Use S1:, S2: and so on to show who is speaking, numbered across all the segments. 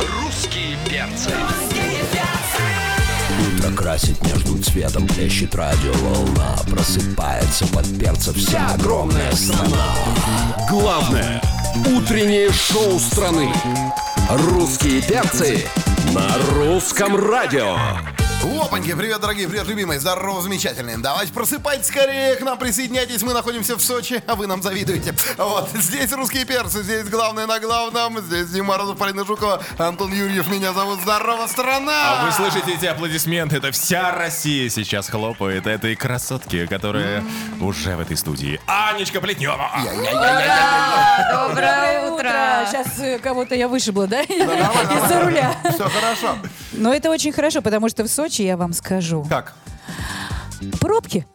S1: Русские перцы.
S2: Утро красит между цветом, плещет радиоволна Просыпается под перца вся огромная страна
S3: Главное утреннее шоу страны. Русские перцы на русском радио.
S4: Опаньки, привет, дорогие, привет, любимые, здорово, замечательные. Давайте просыпайтесь скорее, к нам присоединяйтесь, мы находимся в Сочи, а вы нам завидуете. Вот, здесь русские перцы, здесь главное на главном, здесь Дима Морозов, Полина Жукова, Антон Юрьев, меня зовут, здорово, страна!
S5: А вы слышите эти аплодисменты? Это вся Россия сейчас хлопает этой красотке, которая уже в этой студии. Анечка Плетнева!
S6: Доброе утро!
S7: Сейчас э, кого-то я вышибла, да?
S4: нормально,
S7: Из-за руля.
S4: Все хорошо.
S7: Но это очень хорошо, потому что в Сочи, я вам скажу,
S4: Как?
S7: пробки.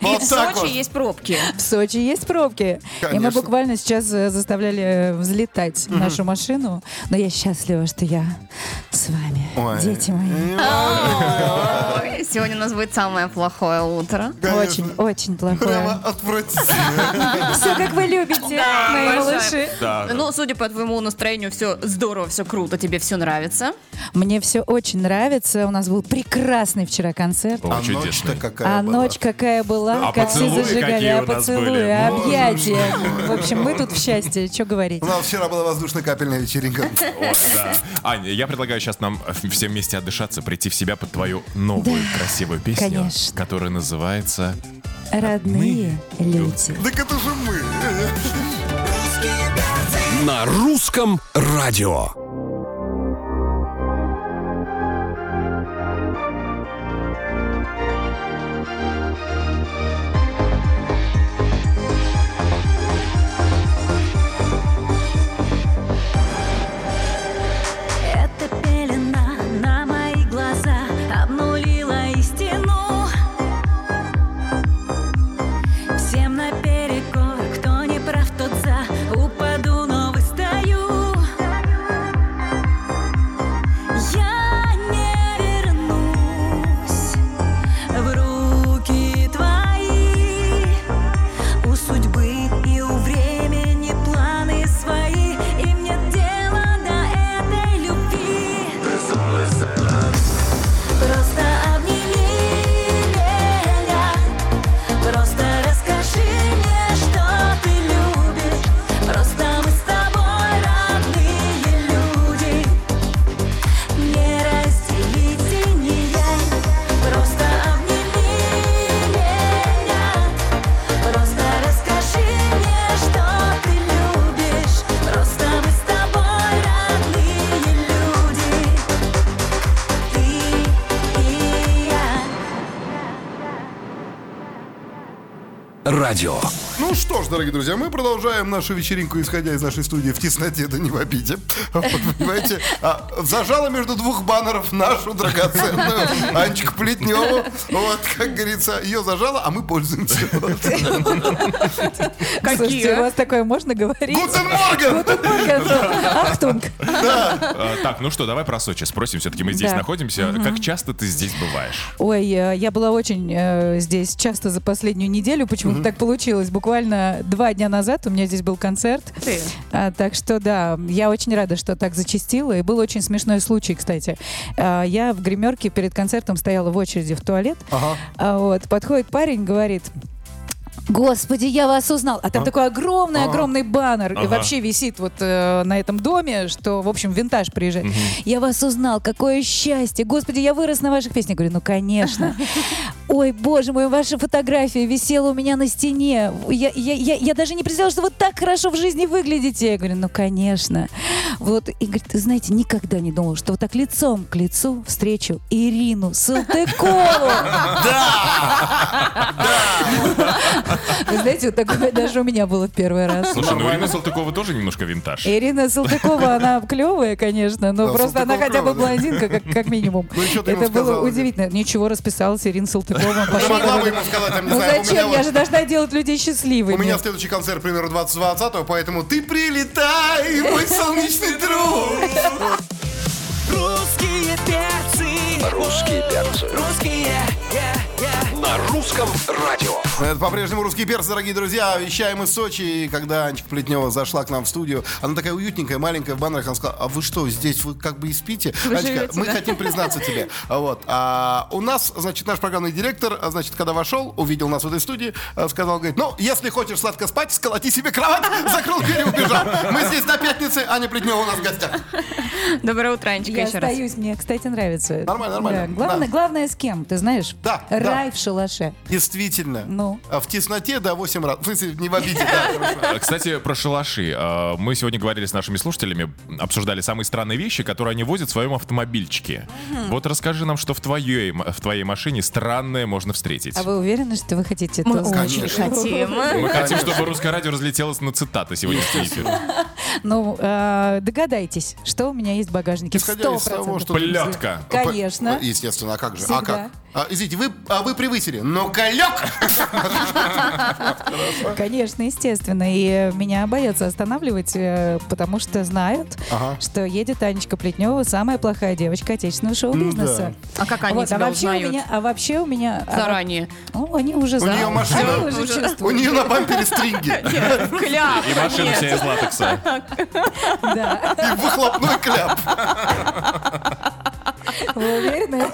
S4: Вот
S6: И в
S4: так
S6: Сочи
S4: вот.
S6: есть пробки.
S7: В Сочи есть пробки. И
S4: Конечно.
S7: мы буквально сейчас э, заставляли э, взлетать нашу машину. Но я счастлива, что я с вами,
S4: Ой.
S7: дети мои.
S6: Ой, Сегодня у нас будет самое плохое утро.
S4: Конечно.
S7: Очень, очень плохое.
S4: Прямо отвратительно.
S7: Все, как вы любите, мои
S6: обожаю.
S7: малыши.
S6: Ну, судя по твоему настроению, все здорово, все круто, тебе все нравится.
S7: Мне все очень нравится. У нас был прекрасный вчера концерт.
S5: О,
S4: А
S5: чудесно.
S4: ночь-то какая
S7: А
S4: была.
S7: ночь какая была,
S5: А
S7: как все
S5: поцелуи
S7: зажигали,
S5: какие
S7: а
S5: у нас были.
S7: поцелуи, а объятия. В общем, мы тут в счастье, что говорить.
S4: У нас вчера была воздушно-капельная вечеринка.
S5: Ой, да. Аня, я предлагаю сейчас нам э, всем вместе отдышаться, прийти в себя под твою новую красивую песню,
S7: конечно.
S5: которая называется
S7: Родные люди.
S4: Так это же мы.
S3: На русском радио.
S8: Эта пелена на мои глаза обнулила истину Всем наперекор, кто не прав, тот за Упаду, но выстаю Я не вернусь в руки твои у судьбы и у времени планы свои, им нет дела до этой любви. Просто обними меня, просто расскажи мне, что ты любишь. Просто мы с тобой родные люди, не разделите ни Просто обними меня. Просто расскажи мне, что ты любишь. Просто мы с тобой родные люди. Ты и я.
S3: Радио.
S4: Ну что ж, дорогие друзья, мы продолжаем нашу вечеринку, исходя из нашей студии в тесноте, да не в обиде. Вот, Понимаете, а, зажала между двух баннеров нашу драгоценную Анечку Плетневу. Вот, как говорится, ее зажала, а мы пользуемся. Вот.
S7: Слушайте,
S5: а?
S7: у вас такое можно говорить?
S4: Гутен Морген!
S7: Ахтунг.
S5: Э, Так, ну что, давай про Сочи спросим. Все-таки мы здесь
S7: Да.
S5: находимся. Как часто ты здесь бываешь?
S7: Ой, э, я была очень э, здесь часто за последнюю неделю. Почему-то так получилось. Буквально два дня назад у меня здесь был концерт.
S6: Ты.
S7: А, так что да, я очень рада, что так зачастило. И был очень смешной случай, кстати. А, я в гримерке перед концертом стояла в очереди в туалет. А, вот, подходит парень, говорит. Господи, я вас узнал. А там такой огромный-огромный баннер. И
S5: Ага.
S7: вообще висит вот э, на этом доме, что, в общем, винтаж приезжает. Я вас узнал, какое счастье. Господи, я вырос на ваших песнях. Говорю, ну, конечно. Ой, боже мой, ваша фотография висела у меня на стене. Я, я, я, я даже не представляла, что вы так хорошо в жизни выглядите. Я говорю, ну, конечно. Вот, и говорит, «Ты знаете, никогда не думал, что вот так лицом к лицу встречу Ирину Салтыкову. Вы знаете, вот такое даже у меня было в первый раз.
S5: Слушай, ну Ирина Салтыкова тоже немножко винтаж.
S7: Ирина Салтыкова, она клевая, конечно, но
S4: Да,
S7: просто она
S4: Салтыкова
S7: хотя бы
S4: клёвая, да.
S7: блондинка, как, как минимум.
S4: Ну и чё ты ему
S7: Это было
S4: сказала,
S7: удивительно. Ничего, расписалась Ирина Салтыкова.
S4: Да
S7: пошла
S4: могла бы
S7: домой.
S4: ему сказать, там, не
S7: Ну
S4: знаю, у меня
S7: зачем? Я
S4: вот-
S7: же должна делать людей счастливыми.
S4: у меня следующий концерт, к примеру, 2020, поэтому ты прилетай, мой солнечный друг!
S2: Русские перцы
S3: на русском радио.
S4: Ну, Это по-прежнему «Русский перц», дорогие друзья. Вещаем из Сочи. И когда Анечка Плетнева зашла к нам в студию, она такая уютненькая, маленькая, в баннерах, она сказала, а вы что, здесь вы как бы и спите?
S6: Вы
S4: Анечка,
S6: живете,
S4: мы
S6: да?»
S4: хотим признаться тебе. А Вот. А у нас, значит, наш программный директор, а, значит, когда вошел, увидел нас в этой студии, а, сказал, говорит, ну, если хочешь сладко спать, сколоти себе кровать, закрыл дверь и убежал. Мы здесь до пятницы, Аня Плетнева у нас в гостях.
S6: Доброе утро, Анечка,
S7: Я
S6: еще раз.
S7: остаюсь, мне, кстати, нравится.
S4: Нормально, нормально.
S7: Да, Главное,
S4: Да.
S7: главное с кем, ты знаешь?
S4: Да, да.
S7: Рай в шалаше.
S4: Действительно.
S7: Ну.
S4: А В тесноте до 8 раз. В смысле, не в обиде, да. хорошо.
S5: Э, Кстати, про шалаши. Э, Мы сегодня говорили с нашими слушателями, обсуждали самые странные вещи, которые они возят в своем автомобильчике. Вот расскажи нам, что в твоей, м- в твоей машине странное можно встретить.
S7: А вы уверены, что вы хотите это
S6: Мы
S7: услышать?
S6: очень хотим.
S5: Мы хотим, чтобы русское радио разлетелось на цитаты сегодня в эфире.
S7: Ну, э, догадайтесь, что у меня есть в багажнике.
S4: Исходя из
S7: 100%.
S4: того, что
S5: Плетка.
S7: Конечно.
S4: По- Естественно, а как же? А
S7: Всегда.
S4: как? А, извините, вы, а вы превысили. Но колек!
S7: Конечно, естественно. И э, меня боятся останавливать, э, потому что знают,
S4: А.
S7: что едет Анечка Плетнева, самая плохая девочка отечественного
S4: Ну
S7: шоу-бизнеса.
S6: А как они
S7: Вот, а,
S6: тебя
S7: вообще у
S6: узнают?
S7: меня, а вообще у меня... а,
S6: Заранее.
S7: ну, они уже знают.
S4: неё машина
S7: Они уже
S6: уже-
S4: У
S7: чувствуют.
S4: нее на бампере стринги.
S6: Кляп,
S5: И машина
S6: нет.
S5: вся из латекса.
S7: Да.
S4: И выхлопной кляп.
S7: Вы уверены?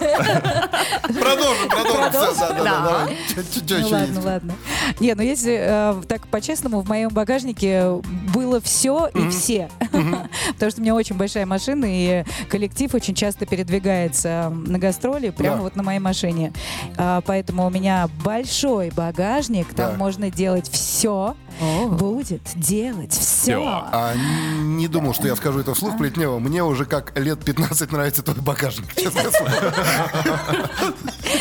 S4: Продолжим, продолжим. Всё, Да, да, да,
S6: Да.
S4: давай. Чё- чё- чё
S7: Ну
S4: ещё
S7: ладно,
S4: есть?
S7: ладно. Не, ну если э, так по-честному, в моем багажнике было все и все. Потому что у меня очень большая машина, и коллектив очень часто передвигается на гастроли прямо
S4: Да.
S7: вот на моей машине. А, Поэтому у меня большой багажник,
S4: Да.
S7: там можно делать все. Будет делать все.
S5: Всё.
S4: А н- не думал, что я скажу это вслух, Плетнева. Мне уже как лет 15 нравится твой багажник, честное слово.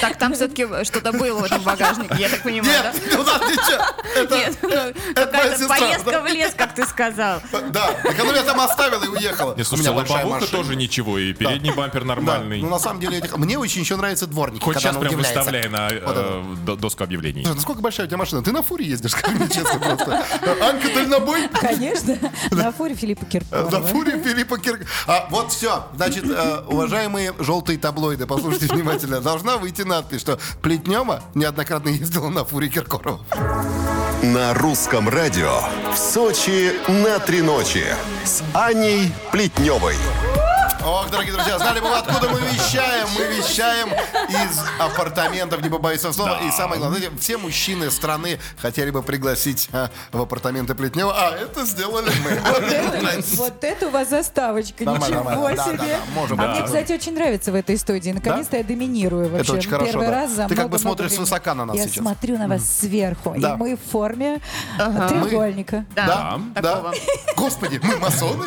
S6: Так, там все-таки что-то было в этом багажнике, я так понимаю, да?
S4: Нет, ну у нас ничего. Это-
S6: Нет, ну,
S4: это моя
S6: какая-то
S4: сестра,
S6: поездка в лес, как ты сказал.
S4: Да, так она меня там оставила и уехала.
S5: Не,
S4: У
S5: слушайте,
S4: меня большая
S5: лобовуха
S4: машина.
S5: тоже ничего, и передний бампер
S4: Да,
S5: нормальный.
S4: ну на самом деле, этих- мне очень еще нравится дворник.
S5: Хоть
S4: когда
S5: сейчас
S4: она
S5: прям
S4: удивляется.
S5: выставляй на э,
S4: Вот это.
S5: до- доску объявлений.
S7: А
S4: Слушай, насколько большая у тебя машина? Ты на фуре ездишь, скажи мне честно просто. Анька дальнобой?
S7: Конечно. На фуре Филиппа
S4: На
S7: Киркорова.
S4: фуре Филиппа Кирк... А, вот все. Значит, э, уважаемые желтые таблоиды, послушайте внимательно. Должна выйти надпись, что Плетнева неоднократно ездила на фуре Киркорова.
S1: На русском радио в Сочи на три ночи с Аней Плетневой.
S4: Ох, дорогие друзья, знали бы вы, откуда мы вещаем? Мы вещаем из апартаментов, не побоюсь этого слова. И самое главное, знаете, все мужчины страны хотели бы пригласить а, в апартаменты Плетнева. А, это сделали мы. Вот это
S7: Вот это у вас заставочка,
S4: Нормально,
S7: ничего
S4: нормально. Да, да,
S7: себе.
S4: да, можем
S7: А
S4: быть.
S7: мне,
S4: Да.
S7: кстати, очень нравится в этой студии. Наконец-то я доминирую вообще.
S4: очень хорошо,
S7: Первый
S4: да.
S7: раз за
S4: Ты как бы
S7: много-много
S4: смотришь
S7: времени.
S4: свысока на нас
S7: Я
S4: сейчас.
S7: смотрю на вас сверху,
S4: Да.
S7: и мы в форме треугольника.
S6: Да, такого.
S4: Господи, мы масоны.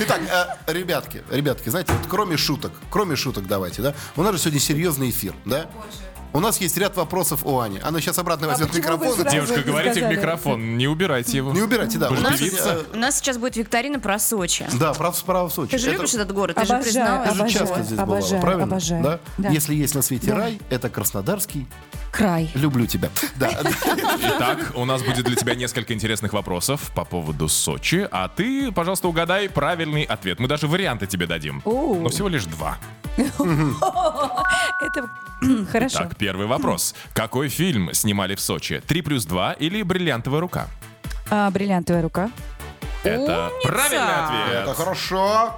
S4: Итак, э, ребятки, ребятки, знаете, вот кроме шуток, кроме шуток давайте, да? У нас же сегодня серьезный эфир, да? У нас есть ряд вопросов у Ани. Она сейчас обратно возьмет
S7: А почему вы
S4: микрофон. и-
S7: сразу-
S5: Девушка,
S7: Сразу
S5: говорите в
S7: сказали.
S5: микрофон, не убирайте его.
S4: Не убирайте, да.
S5: Вы же
S4: у нас,
S5: певица.
S4: э,
S6: У нас сейчас будет викторина про Сочи.
S4: Да, прав, справа в Сочи.
S6: Ты же
S4: Это-
S6: любишь этот город, ты же
S7: Обожаю,
S4: ты
S6: призналась.
S4: же
S7: обожаю,
S4: часто здесь бывала,
S7: обожаю,
S4: правильно?
S7: обожаю.
S4: Да?
S7: Да.
S4: Если есть на свете рай, это Краснодарский.
S6: Край.
S4: Люблю тебя. Да.
S5: Итак, у нас будет для тебя несколько интересных вопросов по поводу Сочи, а ты, пожалуйста, угадай правильный ответ. Мы даже варианты тебе дадим,
S7: О.
S5: но всего лишь два.
S7: Это м, хорошо.
S5: Так, первый вопрос. Какой фильм снимали в Сочи? «Три плюс два» или «Бриллиантовая рука»?
S7: А, бриллиантовая рука.
S5: Это
S6: Умница!
S5: правильный
S4: Это
S5: ответ.
S4: хорошо.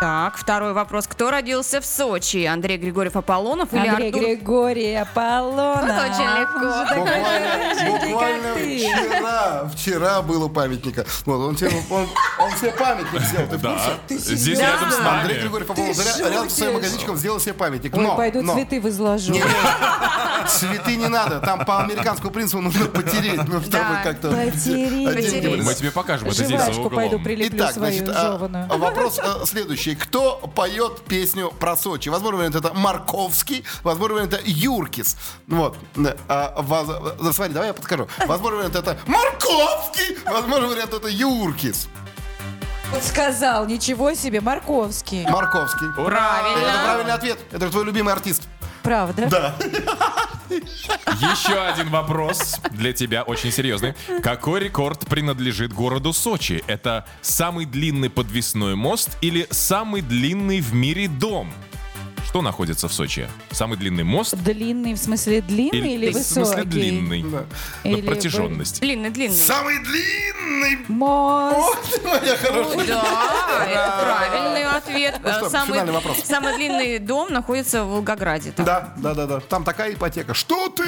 S6: Так, второй вопрос. Кто родился в Сочи? Андрей Григорьев Аполлонов или
S7: Андрей
S6: Артур?
S7: Григорий Аполлона.
S6: Вот очень легко.
S7: Он же такой
S4: Буквально,
S7: хорошенький,
S4: буквально
S7: как ты.
S4: вчера, вчера было памятника. Вот, он тебе, он, он себе памятник сделал, ты в курсе?
S5: Да, здесь
S6: серьезно?
S5: рядом с
S6: Да.
S4: Андрей
S5: нами.
S4: Григорьев Попов заря- рядом со своим
S7: шутишь?
S4: магазинчиком сделал себе памятник.
S7: Ой,
S4: но,
S7: пойду
S4: но-
S7: цветы возложу.
S4: Не, Цветы не надо, там по американскому принципу нужно потереть, ну, чтобы
S6: Да,
S4: как-то...
S7: потереть.
S4: отдельно
S6: Потереть.
S5: Мы тебе покажем, это здесь за
S7: Жвачку пойду
S5: углом.
S7: прилеплю
S4: Итак,
S7: свою
S4: значит, а,
S7: жеваную.
S4: а вопрос э, следующий. Кто поет песню про Сочи? Возможно, вариант это Марковский, возможно, вариант это Юркис. Вот. Да, а, воз- э, Смотри, давай я подскажу. Возможно, вариант это Марковский, возможно, вариант это Юркис. а.
S7: Вот Сказал, ничего себе, Марковский.
S4: Марковский. Это
S6: Правильно.
S4: правильный ответ. Это же твой любимый артист.
S7: Правда?
S5: Еще один вопрос для тебя очень серьезный. Какой рекорд принадлежит городу Сочи? Это самый длинный подвесной мост или самый длинный в мире дом? Что что находится в Сочи? Самый длинный мост?
S7: Длинный, в смысле длинный Ну, или,
S5: в
S7: высокий?
S5: смысле длинный?
S4: Да.
S5: Ну,
S7: Или
S5: протяженность.
S6: Длинный, длинный.
S4: Самый длинный
S7: Мост.
S6: Да, А, это правильный ответ.
S4: Ну что,
S6: Самый
S4: финальный вопрос.
S6: самый длинный дом находится в Волгограде. там.
S4: Да, да, да, да. Там такая ипотека. Что ты?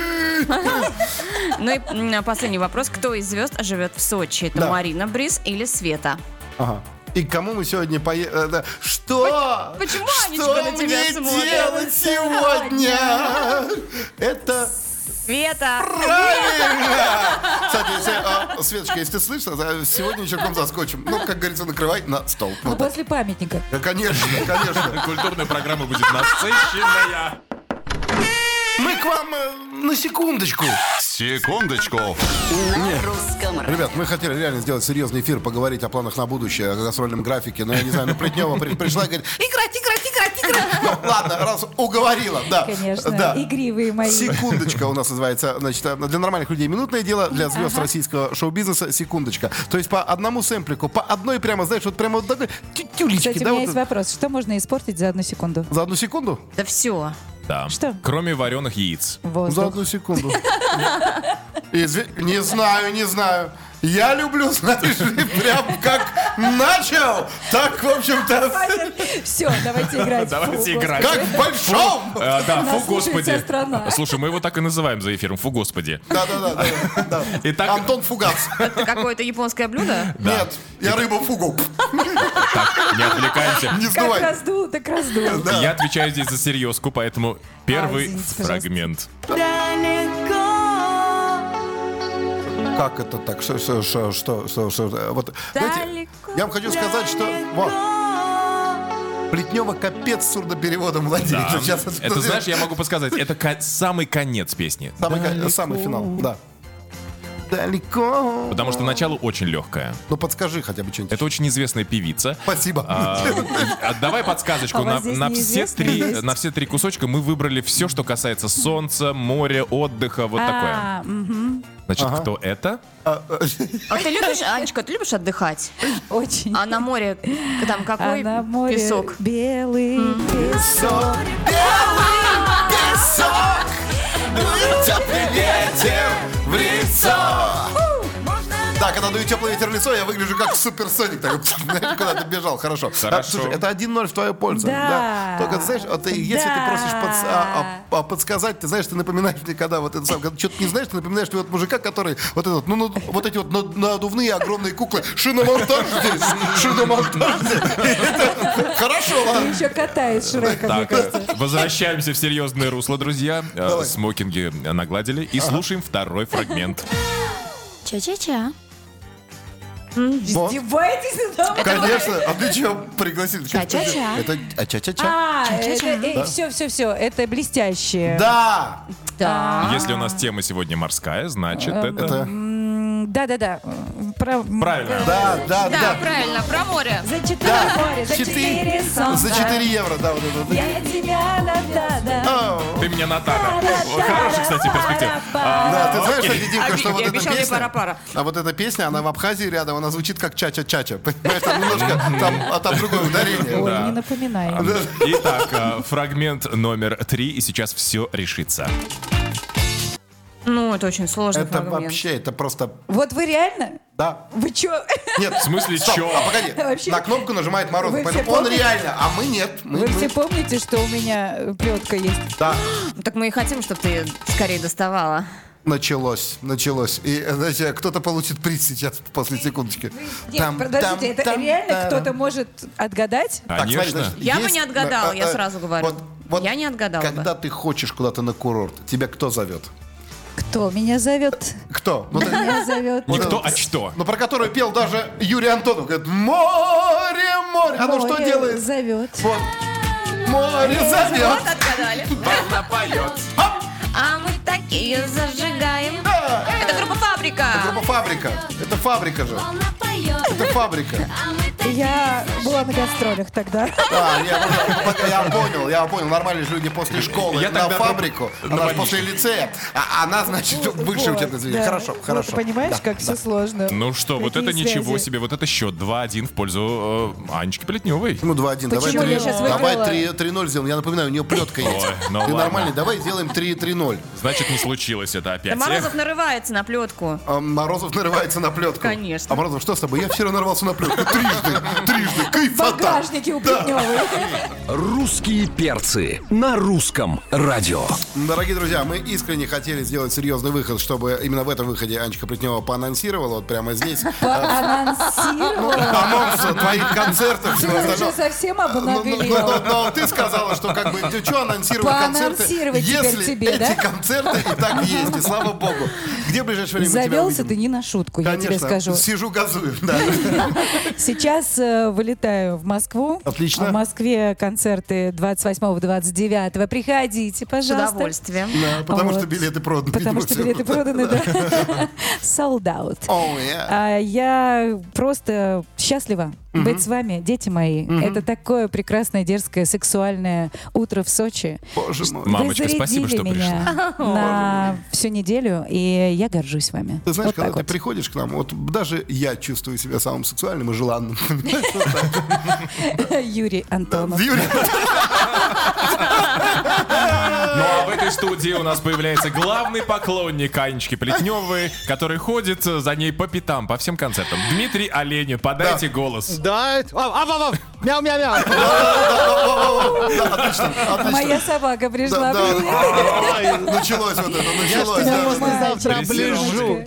S6: Ну и м, последний вопрос. Кто из звезд живет в Сочи? Это
S4: Да.
S6: Марина Бриз или Света?
S4: Ага. И к кому мы сегодня поедем? Что?
S6: почему
S4: Что
S6: Анечка на
S4: мне
S6: тебя смотрит?
S4: делать сегодня? Это
S6: Света!
S4: правильно! Кстати, если, а, Светочка, если ты слышишь, а, сегодня вечерком заскочим. Ну, как говорится, накрывай на стол.
S7: А
S4: Вот так.
S7: после памятника.
S4: Да, Конечно, конечно.
S5: Культурная программа будет насыщенная.
S4: Мы к вам э, на секундочку.
S1: Секундочку.
S4: Ребят, мы хотели реально сделать серьезный эфир, поговорить о планах на будущее, о гастрольном графике, но я не знаю, ну Плетнева при- пришла и говорит, играть, играть, играть, играть. Ну, ладно, раз уговорила, да.
S7: Конечно,
S4: да.
S7: игривые мои.
S4: Секундочка у нас называется. Значит, а, для нормальных людей минутное дело, для звезд российского шоу-бизнеса секундочка. То есть по одному сэмплику, по одной прямо, знаешь, вот прямо вот такой тю- тюлечки,
S7: Кстати,
S4: да,
S7: у меня
S4: вот
S7: есть вопрос. Что можно испортить за одну секунду?
S4: за одну секунду?
S6: Да все.
S5: Да.
S7: Что?
S5: Кроме вареных яиц.
S4: За
S7: Воздух.
S4: одну секунду. Изви- Не знаю, не знаю. Я люблю, знаешь, ли, прям как начал, так, в общем-то,
S7: Все, давайте играть.
S5: Давайте
S7: Фу,
S5: играть.
S4: как в большом.
S5: Э, да,
S7: Нас
S5: фу
S7: слушает
S5: господи.
S7: вся страна.
S5: Слушай, мы его так и называем за эфиром, фу господи.
S4: Да-да-да. да, да.
S5: Итак,
S4: Антон Фугас.
S6: Это какое-то японское блюдо?
S4: Нет, я рыба фугу.
S5: так, не отвлекаемся.
S4: Не
S7: Как
S4: сдувай.
S7: раздул, так раздул.
S5: Я отвечаю здесь за серьезку, поэтому первый
S7: А, извините, пожалуйста.
S5: фрагмент.
S4: Как это так? Что, что, что, что, что, что- э, Вот, знаете, я вам хочу сказать, что... Во. Плетнева капец сурдопереводом владеет.
S5: Да.
S4: Сейчас
S5: А, Это, знаешь, я могу подсказать, это ко- самый конец песни.
S4: Самый, ка- самый финал, да. Далеко.
S5: Потому что начало очень легкое.
S4: Ну подскажи хотя бы что-нибудь.
S5: Это очень известная певица.
S4: Спасибо.
S5: А, а давай
S7: А
S5: подсказочку.
S7: у
S5: На,
S7: вас здесь
S5: на все
S7: неизвестно
S5: три,
S7: есть?
S5: на все три кусочка мы выбрали все, что касается солнца, моря, отдыха, вот такое.
S7: А, мгм.
S5: Значит, кто это?
S6: А ты любишь, Анечка, ты любишь отдыхать?
S7: Очень.
S6: А на море там
S7: А
S6: какой
S7: на море
S6: песок?
S7: белый песок.
S4: Да, когда даю теплый ветер в лицо, я выгляжу как суперсоник. такой, знаешь, куда ты бежал, хорошо. А,
S5: Хорошо.
S4: слушай, это 1-0 в твою пользу.
S7: Да.
S4: Только ты знаешь, вот ты- если
S7: Да.
S4: ты просишь подс- а, а, а, подсказать, ты знаешь, ты напоминаешь мне, когда вот это сам, когда что-то не знаешь, ты напоминаешь мне вот мужика, который вот этот, ну, ну, вот эти вот на- надувные огромные куклы. Шиномонтаж здесь, шиномонтаж здесь. Это- Хорошо, ладно.
S7: Еще кота из Шрека, мне
S5: Так,
S7: кажется.
S5: возвращаемся в серьезное русло, друзья. Э,
S4: Давай.
S5: Смокинги нагладили. И слушаем второй фрагмент.
S9: Ча-ча-ча.
S7: Издеваетесь надо мной?
S4: Конечно, а для чего пригласили?
S9: Ча-ча-ча.
S4: Это а, ча-ча-ча.
S7: А, все, все, все, это блестящее.
S4: Да!
S6: Да.
S5: Если у нас тема сегодня морская, значит это...
S4: Это-
S7: М, Да, да, да. М, про- м,
S5: Правильно.
S4: Да, да,
S6: Да,
S4: да.
S6: правильно, про море.
S7: За четыре
S4: Да.
S7: моря, за четыре солнца.
S4: За 4 евро, да, вот это.
S7: Я тебя надо,
S4: А,
S5: Ты меня Натана. Хороший, кстати, перспектив. А,
S4: Да, ты знаешь,
S5: Окей.
S4: кстати, Димка, что
S6: Офигеть,
S4: вот
S6: я
S4: эта
S6: обещала тебе
S4: песня...
S6: пара-пара.
S4: А вот эта песня, она в Абхазии рядом, она звучит как ча-ча-ча-ча. Понимаешь, там немножко, там, а там другое ударение.
S7: Ой, не напоминай.
S5: Итак, э, фрагмент номер три, и сейчас все решится.
S6: Ну, это очень сложный
S4: Это
S6: фрагмент.
S4: вообще, это просто...
S7: Вот вы реально?
S4: Да.
S7: Вы чё?
S4: Нет,
S5: В смысле,
S4: стоп,
S5: чё?
S4: а погоди,
S7: Вообще.
S4: на кнопку нажимает Мороз,
S7: Вы
S4: поэтому
S7: все
S4: он
S7: помните?
S4: реально, а мы нет. Мы,
S7: Вы
S4: мы-
S7: все помните, что у меня плетка есть?
S4: Да,
S6: Ну, Так мы и хотим, чтобы ты скорее доставала.
S4: началось, началось. И, э, знаете, кто-то получит приз сейчас после секундочки.
S7: Нет, подождите, это реально кто-то может отгадать?
S4: Так, смотри,
S5: Конечно.
S4: значит,
S6: Я бы
S4: есть-
S6: не отгадала,
S4: э,
S6: я
S4: э,
S6: сразу говорю.
S4: вот- вот
S6: Я не отгадала бы.
S4: Когда ты хочешь куда-то на курорт, тебя кто зовет?
S7: Кто меня зовет?
S4: Кто? Ну, ты-
S7: Меня зовет.
S5: Не кто, а что?
S4: Ну, про которую пел даже Юрий Антонов. Говорит, море, море. Оно что делает?
S7: Зовет.
S4: Вот. Море зовет.
S6: отгадали. А мы такие зажигаем. Это группа «Фабрика».
S4: Группа «Фабрика». Это «Фабрика» же.
S9: Волна по
S4: Это фабрика.
S10: Я была на гастролях тогда.
S4: А, я, понял, я понял, я понял. Нормальные же люди после школы
S5: Я
S4: на
S5: тогда
S4: фабрику,
S5: на
S4: она же
S5: больничный.
S4: после лицея. А она, значит, высшее
S10: Вот,
S4: учебное заведение.
S10: да.
S4: Хорошо,
S10: Вот,
S4: хорошо.
S10: Понимаешь,
S4: Да,
S10: как
S4: да.
S10: все сложно.
S5: Ну что, вот
S10: Какие
S5: это ничего
S10: связи?
S5: себе, вот это счет 2-1 в пользу э, Анечки Плетневой.
S4: Ну, 2-1, давай
S7: Почему я
S4: 3-0.
S7: щас выиграла?
S4: Давай 3- 3-0 сделаем. Я напоминаю, у нее плетка есть.
S5: Ой, ну
S4: Ты
S5: ладно.
S4: нормальный, давай сделаем 3-3-0.
S5: Значит, не случилось это опять.
S6: Да Морозов нарывается на плетку.
S4: А Морозов нарывается на плетку.
S6: Конечно.
S4: А Морозов, что с тобой? Я вчера нарвался на плетку. Трижды, трижды, кайфота.
S10: Багажники у Плетневой.
S2: Русские перцы на русском радио.
S4: Дорогие друзья, мы искренне хотели сделать серьезный выход, чтобы именно в этом выходе Анечка Плетнева поанонсировала вот прямо здесь.
S10: Анонсировала.
S4: Анонс твоих концертов. всего
S10: Ты
S4: остального.
S10: уже совсем
S4: Ну, ну, ну,
S10: обнаглел.
S4: ну, ну, ты сказала, что как бы ты что анонсировать концерты,
S10: Поанонсировать теперь
S4: если
S10: тебе,
S4: эти
S10: да?
S4: концерты и так есть, и слава богу. Где в ближайшее время тебя
S7: Завелся
S4: увидим?
S7: ты не на шутку,
S4: Конечно,
S7: я тебе скажу.
S4: сижу газую, да.
S7: Сейчас э, вылетаю в Москву. А
S4: Отлично.
S7: В Москве концерты 28-29. Приходите,
S6: С
S7: пожалуйста.
S6: удовольствием.
S4: Да, Потому
S7: Вот.
S4: что билеты проданы.
S7: Потому
S4: видимо,
S7: что
S4: всё.
S7: билеты проданы, да. Sold out.
S4: Oh, yeah.
S7: А Я просто счастлива быть с вами, дети мои. Это такое прекрасное, дерзкое, сексуальное утро в Сочи.
S4: Боже мой.
S7: Вы
S5: Мамочка,
S7: зарядили
S5: спасибо, что
S7: меня на всю неделю, и я горжусь вами.
S4: Ты знаешь,
S7: Вот
S4: когда
S7: так
S4: ты
S7: вот.
S4: приходишь к нам, вот даже я чувствую себя самым сексуальным и желанным.
S7: Юрий Антонов.
S4: Юрий,
S5: Ну а в этой студии у нас появляется главный поклонник Анечки Плетневой, который ходит э, за ней по пятам, по всем концертам. Дмитрий Оленю, подайте голос.
S11: Да, мяу-мяу-мяу.
S7: А Моя собака пришла.
S4: да,
S7: Привет.
S4: да. Ай, началось вот это, началось. да.
S11: завтра
S5: оближу.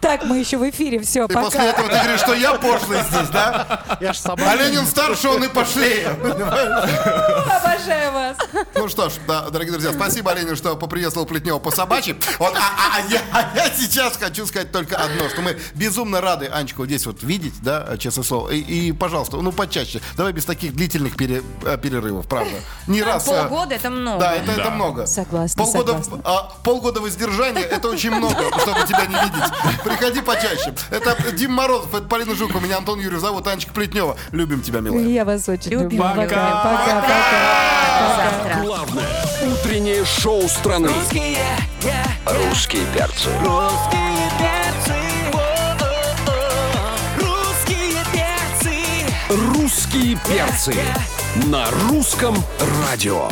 S7: Так, мы еще в эфире, все,
S4: И после
S7: пока.
S4: этого ты говоришь, что я пошлый здесь, да?
S11: Я ж собака.
S4: А Ленин старше, он и пошлее.
S7: Обожаю вас.
S4: Ну что ж, да, дорогие друзья, спасибо Ленину, что поприветствовал Плетнева по собачьи. Вот, а, а- а я, а я сейчас хочу сказать только одно, что мы безумно рады Анечку вот здесь вот видеть, да, честное слово. И, и, пожалуйста, ну почаще, давай без таких длительных пере- э, перерывов, правда. Не раз. э,
S6: Полгода это много.
S4: Да, это, это
S5: Да.
S4: много.
S7: Согласна,
S4: Полгода, в-
S7: согласна.
S4: а, полгода воздержания это очень много, чтобы тебя не видеть. Приходи почаще. Это Дим Морозов, это Полина Жукова, меня Антон Юрьев зовут, Анечка Плетнева. Любим тебя, милая.
S7: Я вас очень люблю.
S6: Любим.
S7: Пока, пока, пока.
S6: Завтра.
S2: Главное утреннее шоу страны. Русские перцы. Русские перцы на русском радио.